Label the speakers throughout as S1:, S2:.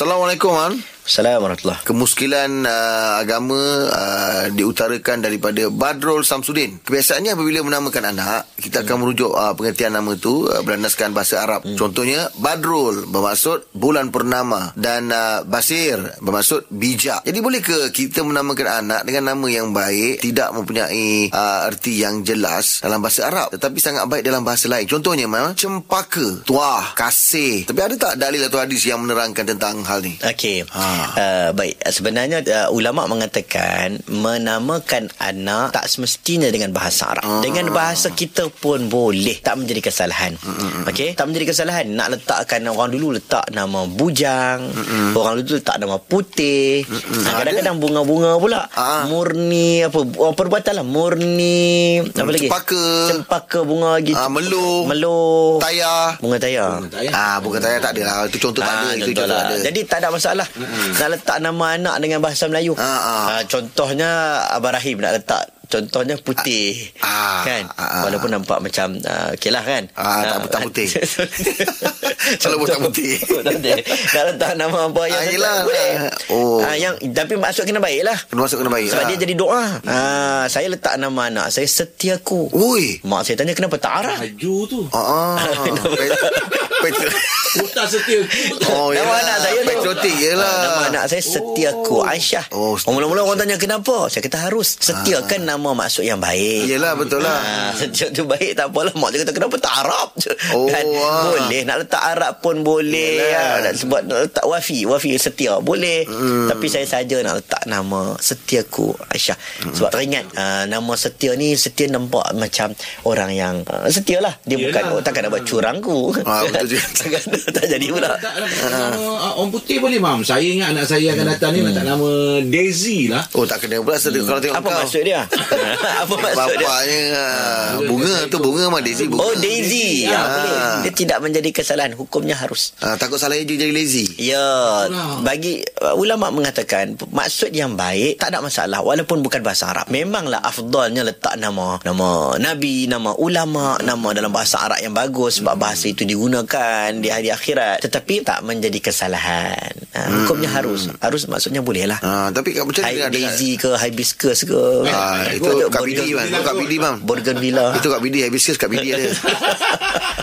S1: Assalamualaikum Al.
S2: Assalamualaikum warahmatullahi
S1: Kemuskilan uh, agama uh, diutarakan daripada Badrul Samsudin. Kebiasaannya apabila menamakan anak, kita akan merujuk uh, pengertian nama tu uh, berlandaskan bahasa Arab. Contohnya Badrul bermaksud bulan purnama dan uh, Basir bermaksud bijak. Jadi boleh ke kita menamakan anak dengan nama yang baik tidak mempunyai uh, erti yang jelas dalam bahasa Arab tetapi sangat baik dalam bahasa lain. Contohnya memang cempaka, tuah, kasih. Tapi ada tak dalil atau hadis yang menerangkan tentang hal ni?
S2: Okey.
S1: Ha.
S2: Ha. Uh, baik, sebenarnya uh, ulama mengatakan menamakan anak tak semestinya dengan bahasa Arab.
S1: Ah.
S2: Dengan bahasa kita pun boleh. Tak menjadi kesalahan. Okey, tak menjadi kesalahan. Nak letakkan orang dulu letak nama bujang, orang dulu letak nama putih. Ha, kadang-kadang bunga-bunga pula.
S1: Ah.
S2: Murni apa oh, perbuatan lah murni apa lagi?
S1: cempaka.
S2: Cempaka bunga gitu.
S1: Ah, melur.
S2: Melur.
S1: Tayar.
S2: Bunga tayar.
S1: Ah, bukan tayar tak ada lah. Itu contoh tak ada.
S2: Ah,
S1: Itu
S2: contoh
S1: contoh tak ada.
S2: lah. Jadi tak ada masalah. Mm-hmm. Nak letak nama anak dengan bahasa Melayu.
S1: Ah, ah.
S2: Ah, contohnya Abang Rahim nak letak Contohnya putih
S1: Ah,
S2: Kan
S1: ah, ah.
S2: Walaupun nampak macam uh, Okay lah kan
S1: Ah, tak- tak putih. Kalau tak putih.
S2: Tak putih. Nak letak nama apa yang
S1: Ah,
S2: tak
S1: yelah.
S2: boleh.
S1: Oh.
S2: Ah, yang, Tapi maksud kena baik lah
S1: Kena masuk kena baik.
S2: Sebab
S1: Ah.
S2: dia jadi doa ah, Saya letak nama anak Saya setiaku
S1: Ui.
S2: Mak saya tanya kenapa tak arah
S3: Baju tu.
S1: Ah. Pet- pet-
S3: Otak setia.
S1: Oh,
S2: nama
S1: yelah.
S2: anak saya tu
S1: Patriotik je lah.
S2: Ah, Nama anak saya Setiaku oh. Aisyah
S1: Oh,
S2: oh,
S1: Setiaku.
S2: Mula-mula orang tanya kenapa Saya kata harus
S1: Ah.
S2: Setiakan nama maksud yang baik
S1: Yelah, betul lah.
S2: Ah, Setiak tu baik tak apalah Mak dia kata kenapa tak Arab je
S1: Oh,
S2: kan?
S1: ah.
S2: Boleh nak letak Arab pun boleh
S1: Yelah. Hmm.
S2: ah, nak Sebab nak letak wafi Wafi setia boleh Tapi saya saja nak letak nama Setiaku Aisyah
S1: Hmm.
S2: Sebab teringat ah, Nama setia ni Setia nampak macam Orang yang ah, setia lah Dia
S3: Yelah.
S2: bukan oh, Takkan nak buat curangku
S1: Ah, betul juga.
S2: Takkan tak jadi pula
S3: Tak lah. Nama ah, orang putih boleh, Mam. Saya ingat anak saya akan datang ni letak nama Daisy lah.
S1: Oh, tak kena pula hmm. kalau tengok
S2: Apa
S1: kau.
S2: maksud dia? Apa maksud dia?
S1: Bapaknya ah, bunga tu bunga mah Daisy bunga.
S2: Oh Daisy
S3: Daisy,
S2: ya,
S3: ah.
S2: boleh. Dia tidak menjadi kesalahan Hukumnya harus
S1: Ah, takut salah dia jadi lazy.
S2: Ya
S3: Itulah.
S2: Bagi uh, Ulama mengatakan Maksud yang baik Tak ada masalah Walaupun bukan bahasa Arab Memanglah afdalnya letak nama Nama Nabi Nama ulama Nama dalam bahasa Arab yang bagus Sebab bahasa itu digunakan Di hari akhirat Tetapi tak menjadi kesalahan ha, Hukumnya harus Harus maksudnya boleh lah
S1: Ah, tapi kat macam
S2: Hi,
S1: mana dengan
S2: Daisy ke Hibiscus ke
S1: Ah, itu kat BD bang. Itu kat BD bang.
S2: Borgenvilla
S1: Itu kat BD hibiscus kat BD ada.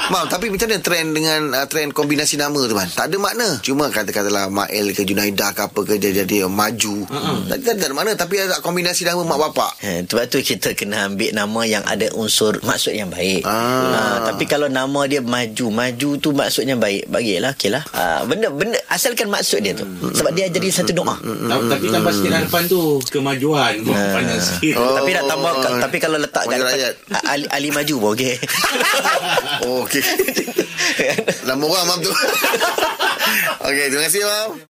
S1: Mam, tapi macam mana trend dengan uh, trend kombinasi nama tu man? Tak ada makna. Cuma kata-katalah Mael ke Junaidah ke apa ke jadi jadi maju. Tak, kan, tak, tak ada makna tapi ada kombinasi nama mak bapak.
S2: Ha, sebab tu kita kena ambil nama yang ada unsur maksud yang baik.
S1: Ah.
S2: Ha, tapi kalau nama dia maju, maju tu maksudnya baik. Bagilah, okeylah. Ha, benda benda asalkan maksud dia tu.
S1: Hmm.
S2: Sebab dia jadi satu doa.
S3: Ta- Tapi tambah sikit lah depan tu. Kemajuan. Panas sikit.
S1: Oh.
S2: Tapi nak tambah tapi kalau letak kat
S1: Maju
S2: depan,
S1: rakyat.
S2: Ali, Ali maju pun okey.
S1: Oh, okey. Lama orang mam tu. Okey, terima kasih mam.